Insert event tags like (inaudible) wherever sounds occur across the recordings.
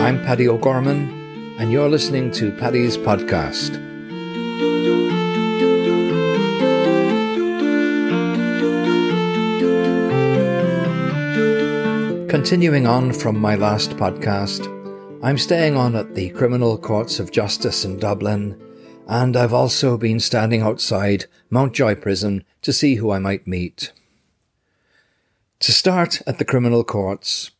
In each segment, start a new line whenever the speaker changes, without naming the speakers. I'm Paddy O'Gorman, and you're listening to Paddy's Podcast. Continuing on from my last podcast, I'm staying on at the Criminal Courts of Justice in Dublin, and I've also been standing outside Mountjoy Prison to see who I might meet. To start at the criminal courts,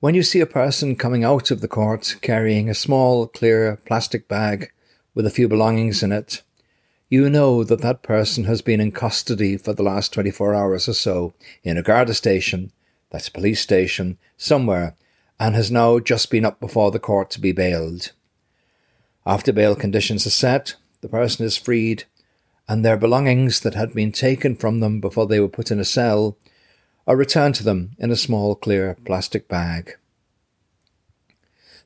when you see a person coming out of the court carrying a small, clear plastic bag with a few belongings in it, you know that that person has been in custody for the last 24 hours or so in a Garda station, that's a police station, somewhere, and has now just been up before the court to be bailed. After bail conditions are set, the person is freed, and their belongings that had been taken from them before they were put in a cell are returned to them in a small clear plastic bag.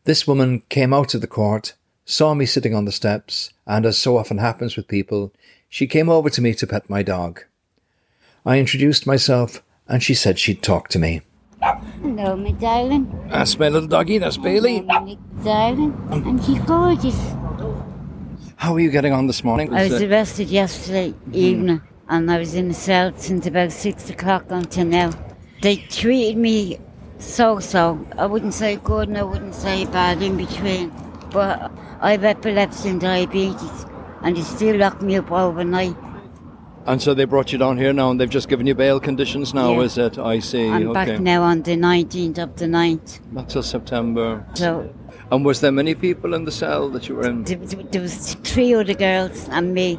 This woman came out of the court, saw me sitting on the steps, and as so often happens with people, she came over to me to pet my dog. I introduced myself, and she said she'd talk to me.
Hello, my darling.
That's my little doggy, that's Bailey.
Hello, my darling. And she's gorgeous.
How are you getting on this morning?
I was arrested yesterday evening and I was in the cell since about six o'clock until now. They treated me so so. I wouldn't say good and I wouldn't say bad in between. But I've epilepsy and diabetes and they still lock me up overnight.
and so they brought you down here now, and they've just given you bail conditions now,
Yeah.
is it? I see.
I'm
okay.
back now on the 19th of the 9th.
Not till September.
So
And was there many people in the cell that you were in?
There, there there was three other girls and me,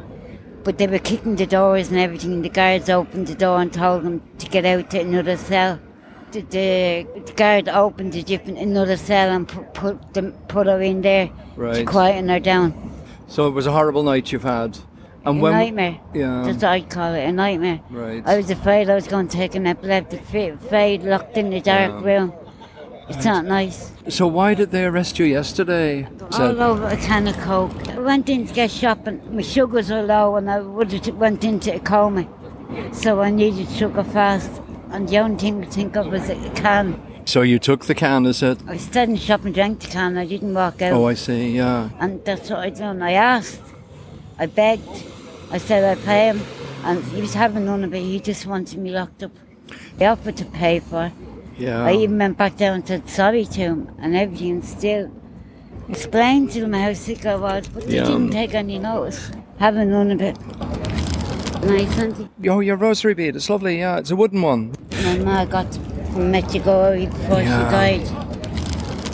but they were kicking the doors and everything. The guards opened the door and told them to get out to another cell. The, the, the guard opened a different another cell and put put, them, put her in there to
Right.
quieten her down.
So it was a horrible night you've had. And
a
when
nightmare.
Yeah.
That's what I call it, a nightmare.
Um. Right.
I was afraid I was going to take an epileptic fit, fade locked in the dark
Yeah.
room. It's not nice.
So why did they arrest you yesterday?
All over a can of coke. I went in to get shopping. My sugars were low and I would have went into a coma. So I needed sugar fast. And the only thing I think of was a can.
So you took the can, is it?
I stayed in the shop and drank the can. I didn't walk out.
Oh, I see. Yeah.
And that's what I done. I asked. I begged. I said I'd pay him. And he was having none of it. He just wanted me locked up. He offered to pay for it.
Yeah.
I even went back down and said sorry to him and everything and still explained to him how sick I was, but they
Yeah.
didn't take any notice. Having none of it. Nice, auntie.
Oh, your rosary bead. It's lovely. Yeah, it's a wooden one.
My ma got from Metagori before
Yeah.
she died.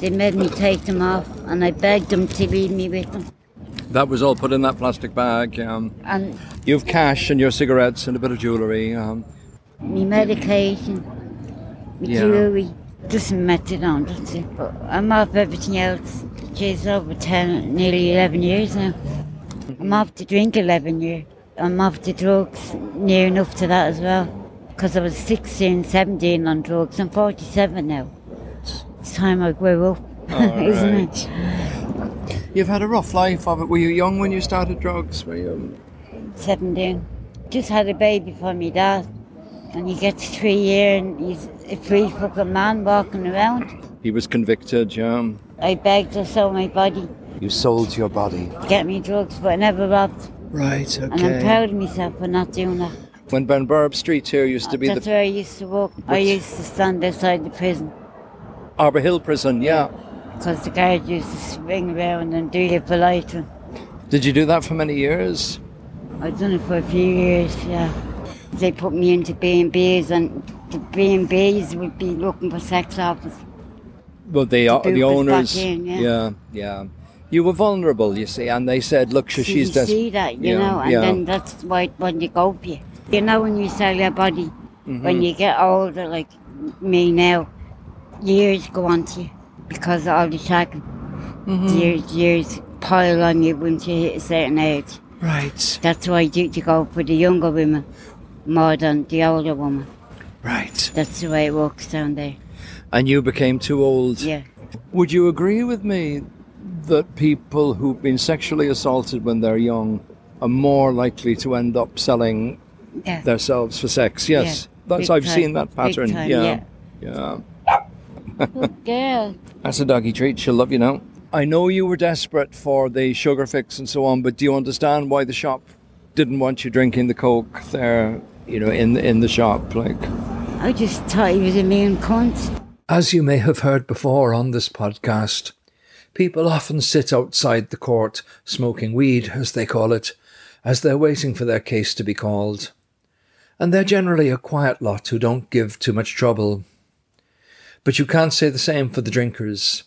They made me take them off and I begged them to leave me with them.
That was all put in that plastic bag. Um,
And
you've cash and your cigarettes and a bit of jewellery. Um,
me medication, me
Yeah.
jewelry, just methadone, that's it. But I'm off everything else. Geez, over 10, nearly 11 years now. I'm off the drink 11 years. I'm off the drugs near enough to that as well. Because I was 16, 17 on drugs. I'm 47 now. It's time I grew up, (laughs)
All
isn't it?
right. You've had a rough life of it. Were you young when you started drugs? Were you?
17. Just had a baby for me dad. And he gets three years and he's a free fucking man walking around.
He was convicted. Yeah.
I begged to sell my body,
You sold your body.
to get me drugs, but I never robbed.
Right.
And I'm proud of myself for not doing that.
When Ben Burb Street here used to be
That's
the
where I used to work. I
Which-
used to stand outside the prison
Arbor Hill prison. Yeah.
because the guard used to swing around and do the polite one.
Did you do that for many years?
I've done it for a few years, yeah. They put me into B&Bs and the B&Bs would be looking for sex offers.
Well, they are
boot
the
was back
owners.
in, yeah.
yeah, yeah. You were vulnerable, you see, and they said, "Look,
So
she, she's
you
desperate."
see that, you know, and then that's why when you go for you. You know, when you sell your body,
Mm-hmm.
when you get older, like me now, years go on to you because of all the shagging.
Mm-hmm.
Years, years pile on you once you hit a certain age.
right,
That's why you, you go for the younger women more than the older woman.
right.
That's the way it works down there.
And you became too old.
Yeah.
Would you agree with me that people who've been sexually assaulted when they're young are more likely to end up selling
Yeah.
themselves for sex? Yes.
Yeah.
that's
Big
I've
time.
seen that
Big
pattern.
time,
yeah. yeah.
Good girl.
That's a doggy treat. She'll love you now. I know you were desperate for the sugar fix and so on, but do you understand why the shop didn't want you drinking the coke there? You know, in in the shop, like.
I just thought he was a mean cunt.
As you may have heard before on this podcast, people often sit outside the court smoking weed, as they call it, as they're waiting for their case to be called. And they're generally a quiet lot who don't give too much trouble. But you can't say the same for the drinkers.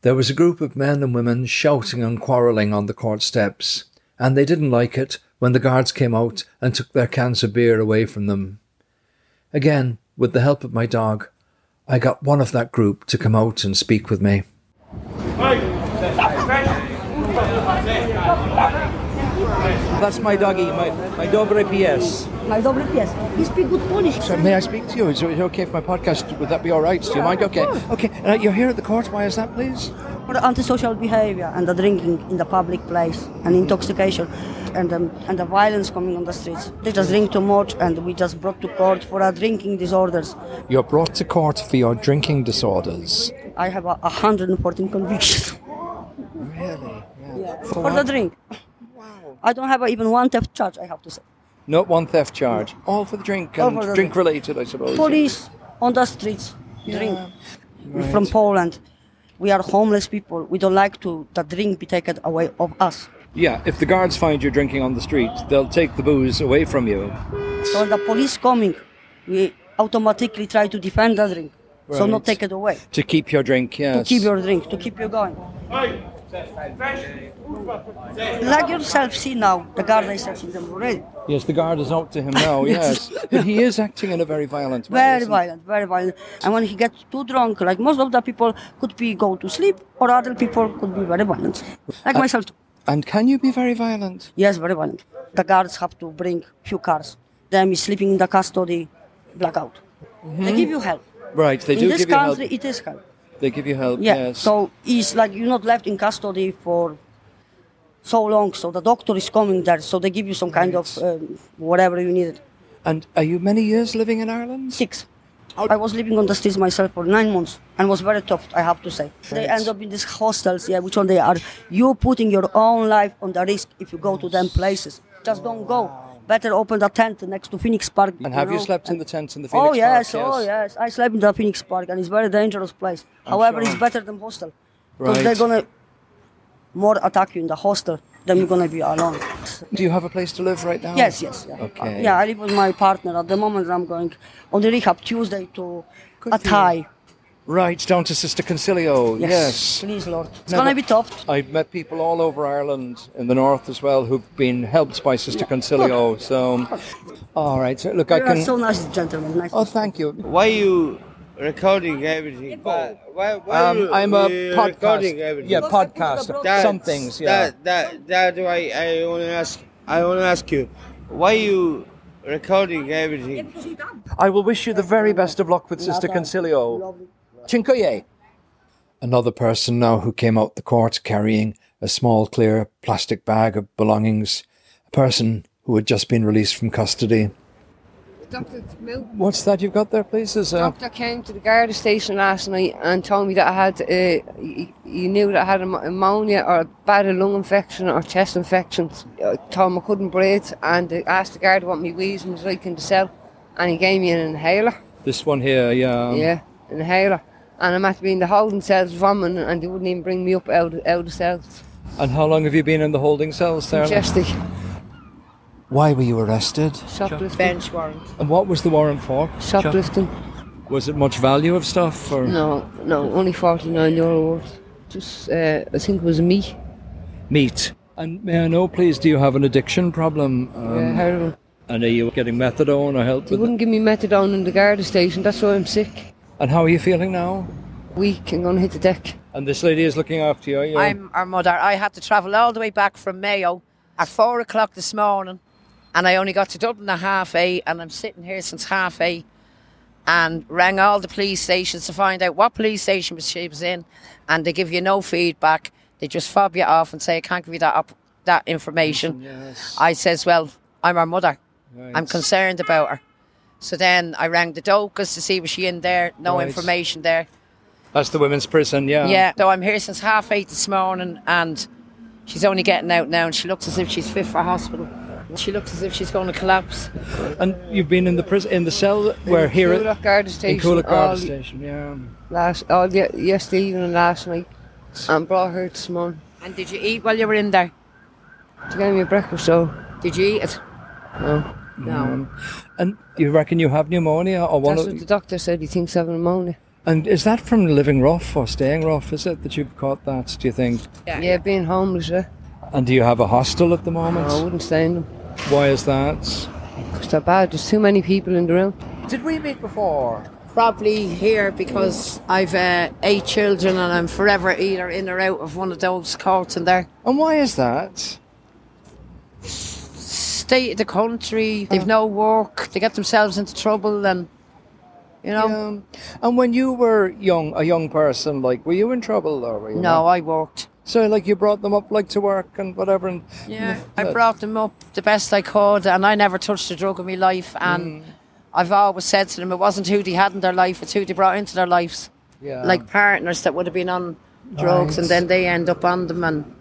There was a group of men and women shouting and quarrelling on the court steps, and they didn't like it when the guards came out and took their cans of beer away from them. Again, with the help of my dog, I got one of that group to come out and speak with me. That's my doggy, my, my Dobre PS.
My dobre pies. He speak good Polish.
So Uh, may I speak to you? Is it okay for my podcast? Would that be all right? Do you mind? Okay. Okay. Uh, you're here at the court. Why is that, please?
For antisocial behavior and the drinking in the public place and intoxication and um, and the violence coming on the streets. They just drink too much and we just brought to court for our drinking disorders.
You're brought to court for your drinking disorders.
I have a 114 convictions (laughs)
Really?
for the drink. I don't have even one theft charge, I have to say.
Not one theft charge. All for the drink
All
and
for the
drink related, I suppose.
Police on the streets drink. We're from Poland. We are homeless people. We don't like to the drink be taken away of us.
Yeah. If the guards find you drinking on the street, they'll take the booze away from you.
So when the police coming, we automatically try to defend the drink. So
Right.
not take it away.
To keep your drink, yes.
To keep your drink, to keep you going. Like yourself see now, the guard is searching them already.
Yes, the guard is out to him
(laughs)
now, yes. but he is acting in a very violent way.
Very
isn't he?
violent, very violent. And when he gets too drunk, like most of the people could be go to sleep or other people could be very violent. Like
Uh,
myself too.
And can you be very violent?
Yes, very violent. The guards have to bring few cars. Then is sleeping in the custody, blackout. They give you help.
Right, Mm-hmm. they
in
do
this
give you
country
help.
it is help.
They give you help,
Yeah.
yes.
So he's like you're not left in custody for so long. So the doctor is coming there. So they give you some kind of um, whatever you needed.
and are you many years living in Ireland?
Six. I was living on the streets myself for nine months and was very tough, I have to say. They
Right.
end up in these hostels, yeah, which one they are. You putting your own life on the risk if you go to them places. Just don't go. Better open the tent next to Phoenix Park.
And have you
know.
slept in the tent in the Phoenix
Oh yes,
Park?
oh yes. I slept in the Phoenix Park, and it's very dangerous place. However,
sure.
it's better than hostel because
Right.
they're gonna more attack you in the hostel than you're gonna be alone.
Do you have a place to live right now?
Yes, yes. Yeah. Uh,
Okay.
Yeah, I live with my partner at the moment. I'm going on the rehab Tuesday to
Good for you.
Atai.
Right, down to Sister Concilio, yes.
Please, Lord. It's
Now,
gonna
but-
be tough.
I've met people all over Ireland, in the north as well, who've been helped by Sister Concilio. So, all right. So, look, I
You are
can.
so nice, gentlemen. Nice.
oh, thank you.
Why you recording everything? Why, why, why
Um,
you,
I'm a
you
podcast.
recording everything?
Yeah, podcast.
That-
Some things. Yeah.
That that that why I want to ask. I want to ask you, why you recording everything?
I will wish you the very best of luck with Sister
Lovely.
Concilio.
Lovely.
Cinque. Another person now who came out the court carrying a small clear plastic bag of belongings, a person who had just been released from custody.
Something's milk.
What's that you've got there, please? Is, uh,
Doctor came to the guard station last night and told me that I had, uh, he, he knew that I had am- pneumonia or a bad lung infection or chest infections. Uh, told him I couldn't breathe and uh, asked the guard what my wheezing was like in the cell and he gave me an inhaler.
this one here, yeah.
yeah, inhaler. And I'm at to be in the holding cells vomiting and they wouldn't even bring me up out, out of the cells.
And how long have you been in the holding cells, Sarah?
Majestic.
Why were you arrested?
Shoplifting.
warrant.
And what was the warrant for?
Shoplifting.
Was it much value of stuff? Or?
No, no, only 49 euro worth. Just, uh, I think it was me.
Meat. And may I know, please, do you have an addiction problem? Um,
yeah, uh, heroin.
And are you getting methadone or help
They
with
wouldn't give me methadone in the guard station. That's why I'm sick,
And how are you feeling now?
weak, and gonna hit the deck.
And this lady is looking after you. yeah?
I'm our mother. I had to travel all the way back from Mayo at four o'clock this morning, and I only got to Dublin at half eight, and I'm sitting here since half eight, and rang all the police stations to find out what police station was- she was in, and they give you no feedback. They just fob you off and say, "I can't give you that up, that information."
Yes.
I says, "Well, I'm her mother.
Right.
I'm concerned about her." So then I rang the Docas to see was she in there. No
Right.
information there.
That's the women's prison, yeah.
yeah. So I'm here since half eight this morning, and she's only getting out now, and she looks as if she's fit for hospital. She looks as if she's going to collapse.
And you've been in the prison, in the cell where here at
Coolock Garda
in
Station
Coolock
all
Garda Station, yeah.
last all ye- yesterday evening and last night, and brought her this morning
And did you eat while you were in there?
to get me a breakfast. So
Did you eat it?
no,
No.
And you reckon you have pneumonia or one?
that's what the doctor said. He thinks I have pneumonia.
and is that from living rough or staying rough? Is it that you've caught that? Do you think?
Yeah, being homeless. Yeah,
And do you have a hostel at the moment?
no, I wouldn't stay in them.
Why is that?
It's they're bad. There's too many people in the room.
Did we meet before?
Probably here because I've uh, eight children and I'm forever either in or out of one of those courts in there.
And why is that?
State of the country, they've no work, they get themselves into trouble, and you know.
Um, and when you were young, a young person, like, were you in trouble or were you?
No,
not?
I worked.
So, like, you brought them up, like, to work and whatever. And
Yeah, I brought them up the best I could, and I never touched a drug in my life.
Mm.
And I've always said to them, it wasn't who they had in their life; it's who they brought into their lives.
Yeah.
Like partners that would have been on drugs, and
Right.
then they end up on them, and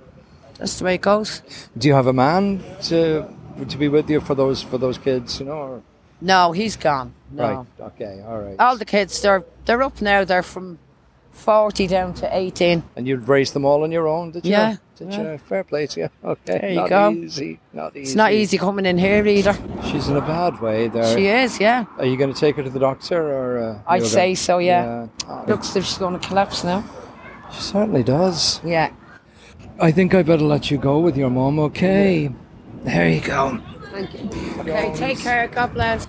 that's the way it goes.
do you have a man to to be with you for those for those kids? You know. Or,
No, he's gone. No,
Right. Okay. All right.
all the kids they're they're up now. They're from forty down to eighteen.
And you'd raise them all on your own, did you?
Yeah,
Did you? Fair play to you. (laughs) Okay.
There you
not
go.
easy. Not easy.
It's not easy coming in here either.
She's in a bad way there.
She is, yeah.
Are you going to take her to the doctor or? Uh,
I'd
you're
say
gonna-
so, yeah.
Oh,
Looks as if she's going to collapse now.
she certainly does.
Yeah.
I think I better let you go with your mom. Okay. There you go.
Okay, take care. God bless.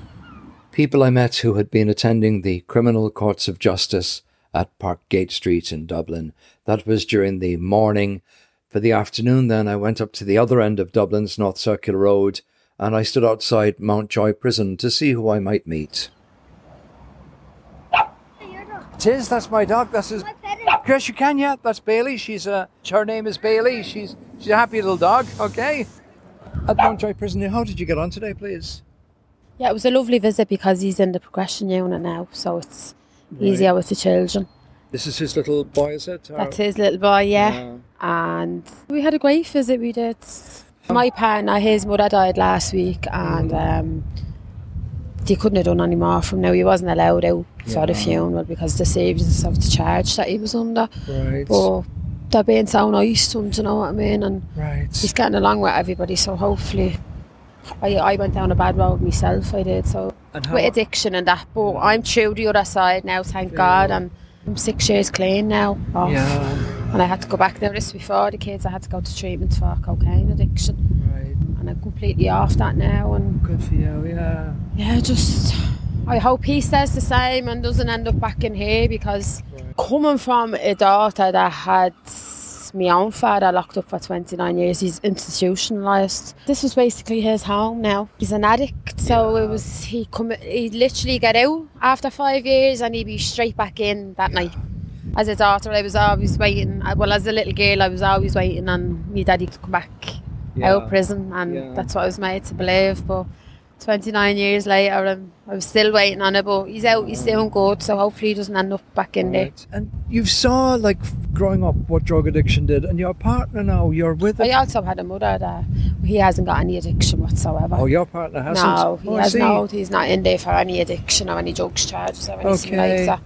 people I met who had been attending the criminal courts of justice at Parkgate Street in Dublin. That was during the morning. For the afternoon, then, I went up to the other end of Dublin's North Circular Road and I stood outside Mountjoy Prison to see who I might meet. Tis, that's my dog. That's his. Chris, you can, yeah. That's Bailey. She's uh, her name is Bailey. She's she's a happy little dog. Okay. At Mountjoy Prison, how did you get on today, please?
Yeah, it was a lovely visit because he's in the progression unit now, so it's easier with the children.
This is his little boy, is it? Or-
That's his little boy, yeah.
Yeah.
And we had a great visit, we did. My partner, his mother died last week, and um, they couldn't have done any more from now. He wasn't allowed out for the funeral because the seriousness of the charge that he was under.
Oh, Right.
But they're being so nice to him, do you know what I mean? And
Right.
he's getting along with everybody, so hopefully. I, I went down a bad road myself, I did, so
And
with addiction and that, but I'm through the other side now, thank God, and I'm six years clean now. Oh. off.
Yeah.
And I had to go back there this before the kids, I had to go to treatment for cocaine addiction,
Right.
and I'm completely off that now. And
Good for you. Yeah.
yeah, just I hope he stays the same and doesn't end up back in here because coming from a daughter that had my own father locked up for 29 years, he's institutionalized. This was basically his home now. He's an addict, so it was he come he literally get out after five years and he'd be straight back in that night. As a daughter, I was always waiting. Well, as a little girl, I was always waiting on my daddy to come back out of prison, and
Yeah.
that's what I was made to believe. But 29 years later, I'm, I'm still waiting on it. But he's out, he's doing good, so hopefully he doesn't end up back in there.
Right. And you saw, like, f- growing up, what drug addiction did, and your partner now, you're with
I
it.
also had a mother that he hasn't got any addiction whatsoever.
Oh, your partner hasn't.
no, he
oh, I
has
see.
no, he's not in there for any addiction or any drugs charges or anything like
Okay.
that.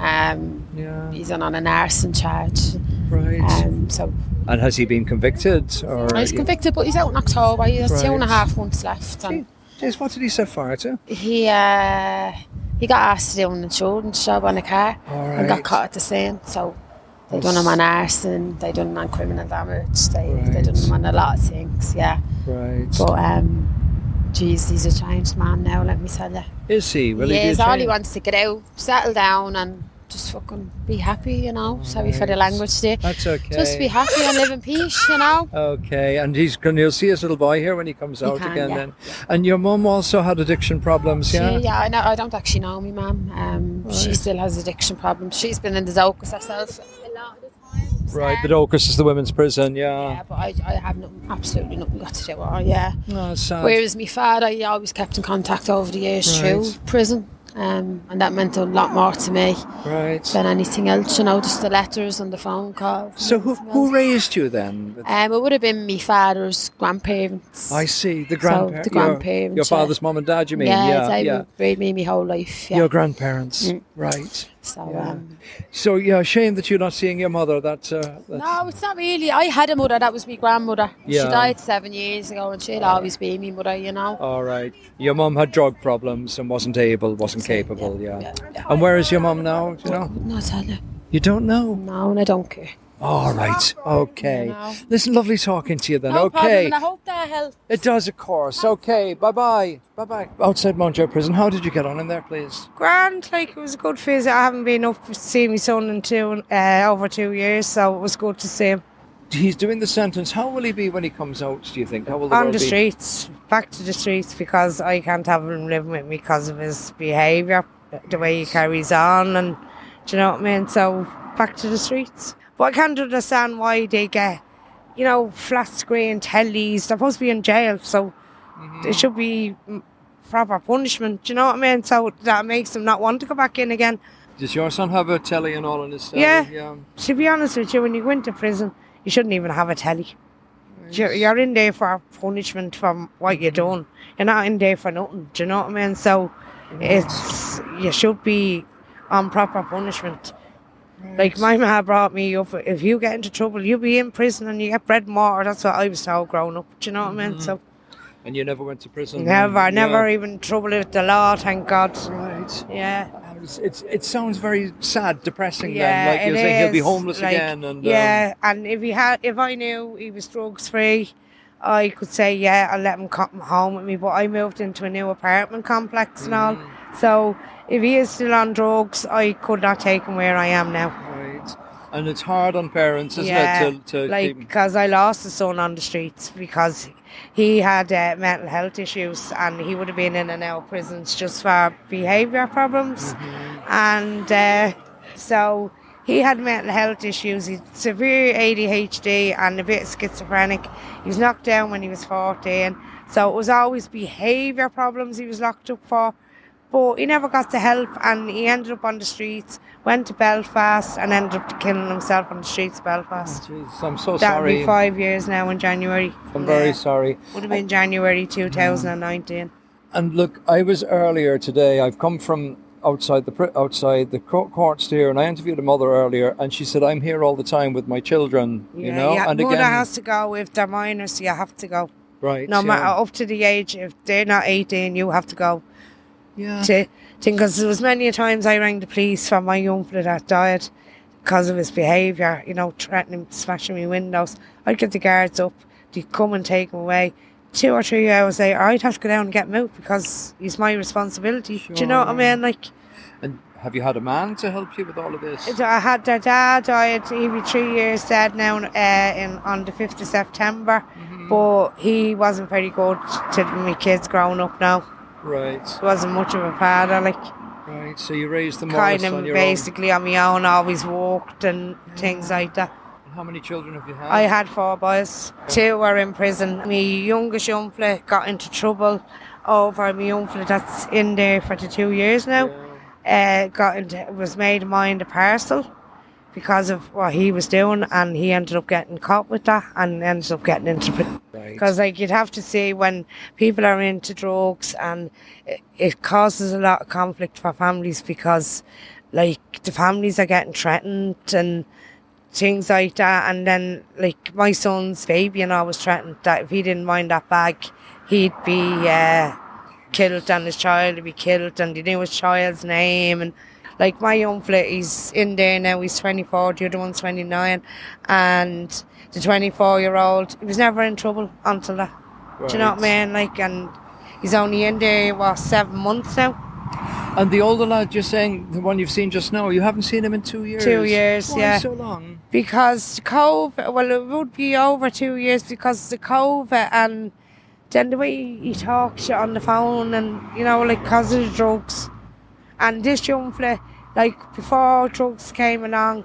Um,
Yeah.
he's on an arson charge,
Right.
um, so
and has he been convicted? Or
he's convicted, but he's out in October. He has two and a
Right.
half months left. And,
Jeez, what did he eh? say fire to?
he uh, he got asked to do an insurance job on a car and
Alright.
got caught at the same. So they done him on arson, they done him on criminal damage, they they done
Right.
him on a lot of things. Yeah,
Right.
but um, geez, he's a changed man now. Let me tell you,
is he? Will
he
he be
is. All he
ashamed?
wants to get out, settle down, and just fucking be happy. You know, sorry for the
Alright.
language there.
That's okay.
Just be happy and live in peace. You know.
Okay, and he's going to see his little boy here when he comes out
can,
again.
yeah.
Then, and your mum also had addiction problems,
She,
yeah.
yeah, I know. I don't actually know me, mum. Um, She still has addiction problems. She's been in the Zocas herself a lot of the time. Dockers.
Right, the
um,
Dorcas is the women's prison, yeah.
Yeah, but I, I have nothing, absolutely nothing got to do with her, yeah.
No, it's Oh, sad.
Whereas my father, he always kept in contact over the years
Right.
through prison. Um, and that meant a lot more to me
Right.
than anything else, you know, just the letters and the phone calls. and
So who,
everything
who
else.
raised you then?
Um, it would have been my father's grandparents.
I see. The grandparents.
the
Your,
grandparents,
your
yeah.
father's mum and dad, you mean?
yeah,
yeah.
they were with me my whole life. Yeah. Mm.
Your grandparents. Right.
so,
yeah.
um,
So, yeah, shame that you're not seeing your mother. That's, uh, that's
no, it's not really. I had a mother that was my grandmother.
Yeah.
She died seven years ago, and she'll always be my mother, you know.
all right. Your mum had drug problems and wasn't able, wasn't capable, yeah. And where is your mum now? Do you know?
No, tell her.
You don't know.
No, and I don't care.
All right. Okay.
No.
Listen, lovely talking to you then.
No problem,
okay.
and I hope that helped.
It does, of course. Okay. Bye bye. Bye bye. Outside Montjoy Prison, how did you get on in there, please?
grand. Like it was a good phase. I haven't been up to see my son in two uh, over two years, so it was good to see him
He's doing the sentence. How will he be when he comes out, do you think? How will the
on
world
the
be?
streets, back to the streets because I can't have him living with me because of his behaviour, the way he carries on, and do you know what I mean? So back to the streets. But I can't understand why they get, you know, flat screen tellies. They're supposed to be in jail, so it should be mm, proper punishment. Do you know what I mean? So that makes them not want to go back in again.
Does your son have a telly and all in his cell?
Yeah. to be honest with you, when you go into prison, you shouldn't even have a telly. You- You're in there for punishment from what you're doing. You're not in there for nothing. Do you know what I mean? So it's you should be on proper punishment. Like my ma brought me up. If you get into trouble, you'll be in prison and you get bread and water. That's what I was told growing up. Do you know what I mean? So
And you never went to prison?
never,
Mm-hmm. Yeah.
never e- even trouble with the law. Thank God.
Right.
Yeah.
It's, it's, it sounds very sad, depressing
Yeah,
then. Like you're
it
saying he'll be
is,
homeless
like,
again. and um,
yeah, and if he had, if I knew he was drugs free, I could say yeah, I'll let him come home with me. But I moved into a new apartment complex and all,
Mm.
so if he is still on drugs, I could not take him where I am now.
Um, right. And it's hard on parents, isn't
yeah,
it? To, to
like
keep...
because I lost a son on the streets because he had uh, mental health issues and he would have been in and out of prisons just for behaviour problems, and uh, so he had mental health issues. He had severe ADHD and a bit schizophrenic. He was knocked down when he was fourteen, so it was always behaviour problems he was locked up for. But he never got the help, and he ended up on the streets. Went to Belfast and ended up killing himself on the streets of Belfast.
Jeez, I'm so
That'll
sorry.
be five years now in January.
I'm very
Yeah.
sorry.
Would have been January 2019.
And look, I was earlier today. I've come from outside the pri- outside the cour- courts here, and I interviewed a mother earlier, and she said, "I'm here all the time with my children." you
Yeah,
know,
yeah.
and
mother
again,
has to go if they're minors. You have to go,
right?
no
yeah.
matter up to the age. If they're not 18, you have to go.
Yeah.
To because there was many a times I rang the police for my young fella that died because of his behaviour. You know, threatening, smashing my windows. I'd get the guards up. They'd come and take him away. Two or three hours later, I'd have to go down and get him out because he's my responsibility. Do you know what I
Sure.
mean? Like.
And have you had a man to help you with all of this?
So I had their dad died. He was three years dead now uh, in, on the 5th of September. But he wasn't very good to my kids growing up now.
Right,
He wasn't much of a father. Like,
right. So you raised them all
kind
on
of
your
basically on my own, always walked and things like that.
own. And How many children have you had?
I had four boys. Two were in prison. My youngest young fella got into trouble over my young fella that's in there for the two years now. Uh, got into was made mind a parcel because of what he was doing, and he ended up getting caught with that, and ended up getting into prison.
Right.
Because like you'd have to say when people are into drugs, and it, it causes a lot of conflict for families because, like, the families are getting threatened and things like that. And then, like, my son's baby and I was threatened that if he didn't mind that bag, he'd be uh, killed and his child would be killed. And he knew his child's name. And, like, my young fella, he's in there now, he's 24, the other one's 29. And the 24 year old, he was never in trouble until that. Do you know what I mean? Like, and he's only in there, what, seven months now?
And the older lad, you're saying the one you've seen just now, you haven't seen him in two years.
years,
Why
yeah.
So long.
because COVID, well, it would be over two years because the COVID and then the way he talks shit on the phone and, you know, like, because of the drugs. And this young fella, like, before drugs came along,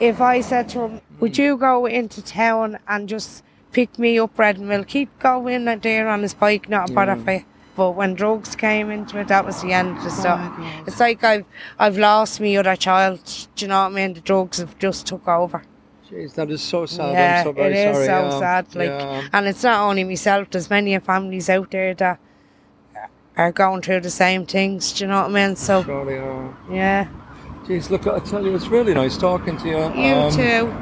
if I said to him, Would you go into town and just pick me up bread and milk? He'd go in there on his bike, not a bother for you. But when drugs came into it, that was the end of the
Oh
story. it's like I've I've lost my other child. Do you know what I mean? The drugs have just took over.
Jeez, that is so sad.
yeah,
Oh, I'm so very
it is
sorry.
so
yeah.
sad. Like,
Yeah.
and it's not only myself. There's many families out there that are going through the same things. Do you know what I mean? So
Surely, yeah.
yeah,
Jeez, look, I tell you, it's really nice talking to you.
you
Um,
too.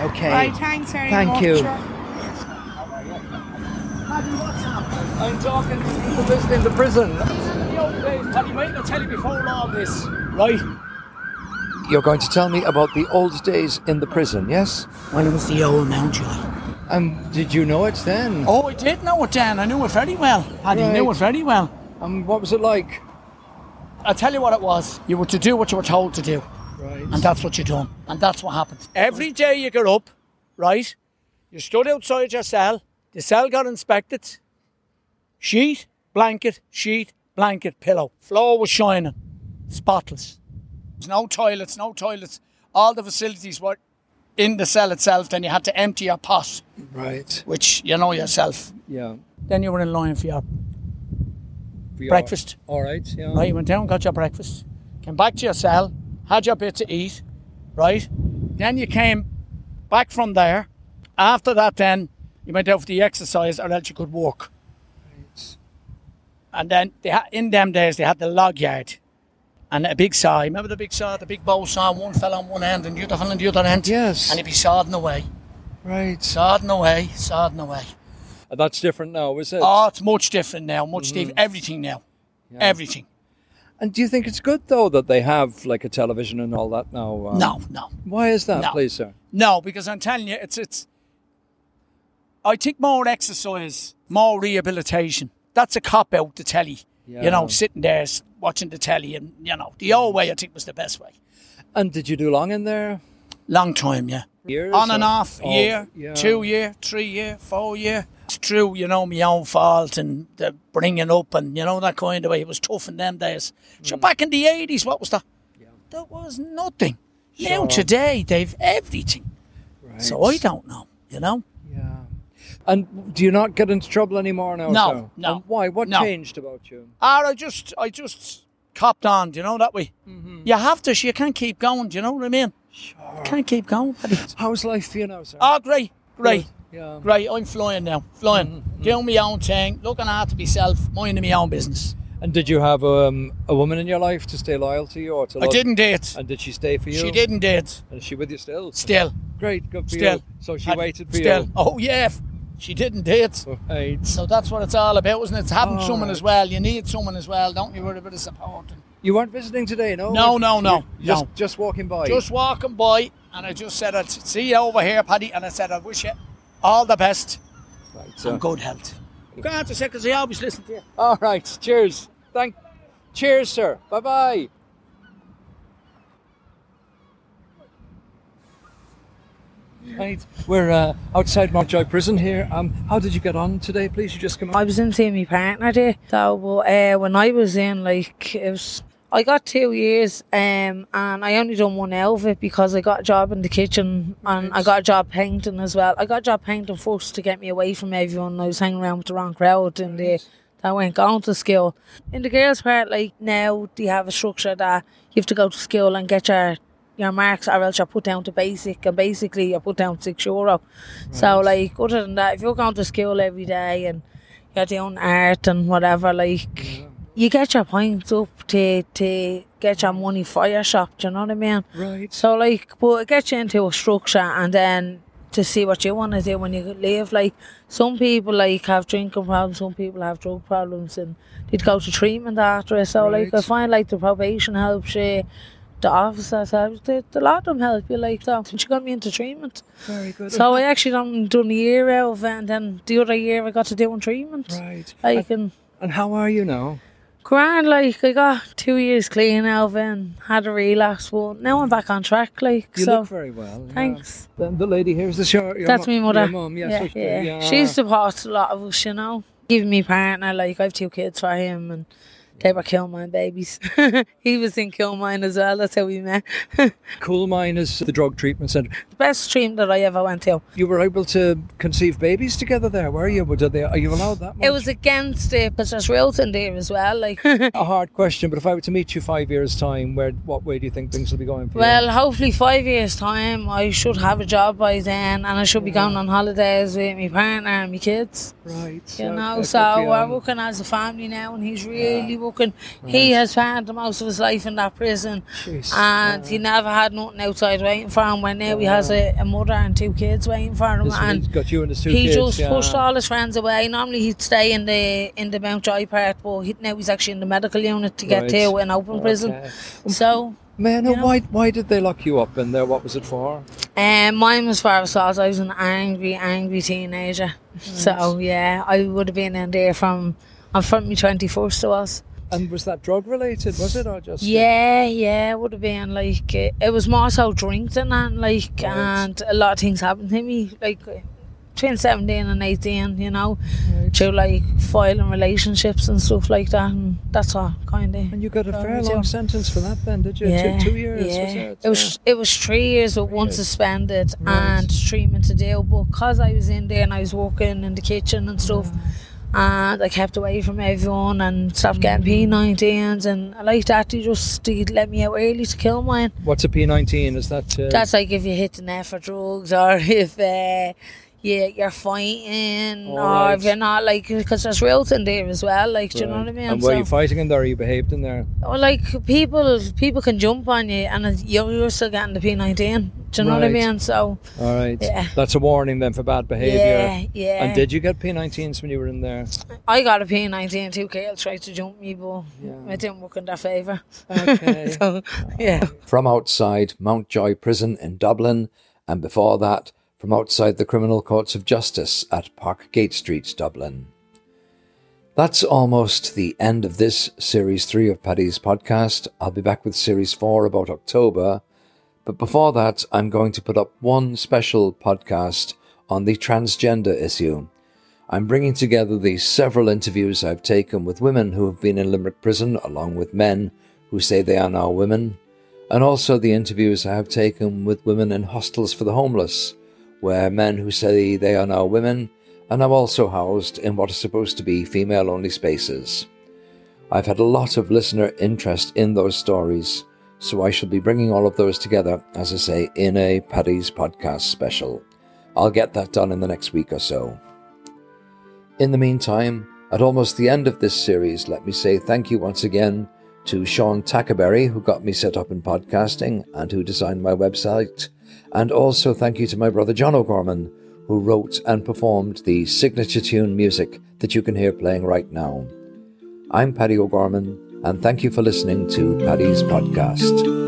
Okay.
Right, thanks very
Thank
much.
you.
Sure.
I'm talking to people visiting the prison.
Paddy might not tell you before all this, right?
You're going to tell me about the old days in the prison, yes?
When it was the old Mountjoy.
And did you know it then?
Oh, I did know it then. I knew it very well. Paddy knew it
Right.
very well.
And what was it like?
I'll tell you what it was. You were to do what you were told to do. Right. And that's what you done. And that's what happened. Every day you got up, right? You stood outside your cell. The cell got inspected. Sheet, blanket, sheet, blanket, pillow. Floor was shining. Spotless. There's no toilets, no toilets. All the facilities were in the cell itself. Then you had to empty your pot,
Right.
which you know yourself.
Yeah.
Then you were in line for your
We are-
Breakfast.
All right. Yeah.
Right, you went down, got your breakfast, came back to your cell, had your bit to eat, right? Then you came back from there. After that, then you went out for the exercise, or else you could walk. And then they ha- in them days they had the log yard and a big saw. Remember the big saw, the big bow saw. One fell on one end, and the other fell on the other end.
Yes.
And he'd be sawing away,
Right.
sawing away, sawing away.
That's different now, is it?
Oh, it's much different now. Much different. Everything now. Everything.
and do you think it's good though that they have like a television and all that now? Um,
No, no.
Why is that,
No.
please, sir?
No, because I'm telling you, it's it's. I think more exercise, more rehabilitation. That's a cop out. The telly, you
Yeah.
know, sitting there s- watching the telly, and you know, the old way I think was the best way.
And did you do long in there?
Long time, yeah.
Years
On and
or-
off,
Oh,
year,
yeah.
two year, three year, four year. It's true, you know, my own fault and the bringing up and, you know, that kind of way. It was tough in them days. So
Mm.
back in the 80s, what was that? There was nothing. Now today, they've everything. So I don't know, you know?
Yeah. And do you not get into trouble anymore now?
No,
sir?
no,
And why? What
no.
changed about you?
Ah, I just, I just copped on, you know, that way.
Mm-hmm.
You have to, so you can't keep going, do you know what I mean? Sure. Can't keep going.
How's life for you now, sir?
oh, great, great.
yeah.
Great, I'm flying now. Flying.
Mm-hmm.
Doing my own thing, looking after myself, minding my own business.
And did you have um, a woman in your life to stay loyal to you or to?
I
love-
didn't date.
And did she stay for you?
She didn't date.
And is she with you still?
Still.
Great, good for
Still.
you. So she
I-
waited for
still.
you.
Oh, yeah. f- She didn't date.
Right.
So that's what it's all about, isn't it? It's having
All
someone
right.
as well. You need someone as well, don't you? With a bit of support.
You weren't visiting today, no?
No, no, no,
You- Just,
no.
just walking by.
Just walking by, and I just said, I'd see you over here, Paddy, and I said, I wish you all the best
Right,
and
so.
good health. Go on to because I always listen to you.
All right. Cheers. Thank. Cheers, sir. Bye bye. Right, we're uh, outside Mountjoy Prison here. Um, how did you get on today, please? You just come
I
out.
was in seeing my partner there. So but, uh, when I was in, like it was, I got two years, um, and I only done one out of it because I got a job in the kitchen and I got a job painting as well. I got a job painting first to get me away from everyone. I was hanging around with the wrong crowd and they that went going to school. In the girls' part, like now they have a structure that you have to go to school and get your your marks or else you're put down to basic and basically you're put down six euro. So like other than that, if you're going to school every day and you're doing art and whatever, like you get your points up to to get your money for your shop, do you know what I mean?
Right.
So like but it gets you into a structure and then to see what you want to do when you leave. Like some people like have drinking problems, some people have drug problems and they'd go to treatment after it. So like I
Right.
find like the probation helps you the officers help. They, a lot of them help you like that. And she got me into treatment.
Very good.
So I actually done done a year out of it and then the other year I got to doing treatment.
Right.
Like and
And how are you now?
grand like I got two years clean out of it and had a relapse but now I'm back on track like
You
so
look very well. yeah.
thanks.
The, the lady here is this your, your
That's
mu-
my mother.
Your mum, yes,
yeah,
so she-
yeah.
yeah.
She supports a lot of us, you know. Giving me partner, like I've two kids for him, and They were coal mine babies. (laughs) he was in coal mine as well. That's how we met. (laughs) the
Coal Mine is the drug treatment centre.
best stream that I ever went to.
You were able to conceive babies together there, were you? Did they, are you allowed that?
It was against it, but there's roads in there as well. Like, (laughs)
A hard question, but if I were to meet you five years' time, where what way do you think things will be going for
well, hopefully five years time, I should have a job by then, and I should be going on holidays with my partner and my kids.
you? Right.
You know,
okay, um,
so um,
good for you.
we're working as a family now, and he's really working. He has spent the most of his life in that prison,
Jeez.
and he never had nothing outside waiting for him. When now he has a, a mother and two kids waiting for him,
This-
and
he's got you and his two
he
kids.
just
yeah.
pushed all his friends away. Normally he'd stay in the in the Mount Joy part, but he, now he's actually in the medical unit to get
Right. Oh,
to an open prison.
Okay.
So,
Man, oh, why why did they lock you up in there? What was it for?
um, mine was for assault. I was an angry, angry teenager. (laughs) So yeah, I would have been in there from I'm from my twenty first. I was.
And was that drug related? Was it or just?
Yeah, yeah, it would have been like uh, it was more so drink than that, like,
Right.
and a lot of things happened to me, like uh, between seventeen and eighteen, you know, through like filing relationships and stuff like that, and that's all kind of.
uh, And you got a
No,
fair
me
long
too.
sentence for that, then, did you?
Yeah,
two, two years.
yeah.
Was
it?
it?
was it was three years with one
years.
suspended
Right.
and three months a deal, but because I was in there and I was working in the kitchen and stuff, and I kept away from everyone and stopped
Mm.
getting P19s and like that. They just they let me out early to kill mine.
Yeah. What's a P nineteen? Is that? Uh,
That's like if you hit the net for drugs or (laughs) if uh, you, you're fighting
All
or
right.
if you're not like because there's rules in there as well. Like, do you know
right.
what I mean?
And were you
So-
fighting in there? Or you behaved in there?
well, like people, people can jump on you, and it's- you're, you're still getting the P19. Do you know what I
Right.
mean? So
All right.
Yeah.
That's a warning then for bad behaviour.
yeah, yeah.
And did you get P19s when you were in there?
I got a P19 too? Kale tried to jump me, but
Yeah.
it didn't work in their favour. (laughs)
Okay.
So, yeah.
from outside Mountjoy Prison in Dublin, and before that, from outside the Criminal Courts of Justice at Parkgate Street, Dublin. That's almost the end of this Series 3 of Paddy's podcast. I'll be back with Series 4 about October. But before that, I'm going to put up one special podcast on the transgender issue. I'm bringing together the several interviews I've taken with women who have been in Limerick prison, along with men who say they are now women, and also the interviews I have taken with women in hostels for the homeless, where men who say they are now women and are also housed in what are supposed to be female only spaces. I've had a lot of listener interest in those stories, so I shall be bringing all of those together, as I say, in a Paddy's podcast special. I'll get that done in the next week or so. In the meantime, at almost the end of this series, let me say thank you once again to Sean Tackerberry, who got me set up in podcasting and who designed my website. And also thank you to my brother John O'Gorman, who wrote and performed the signature tune music that you can hear playing right now. I'm Paddy O'Gorman, and thank you for listening to Paddy's Podcast.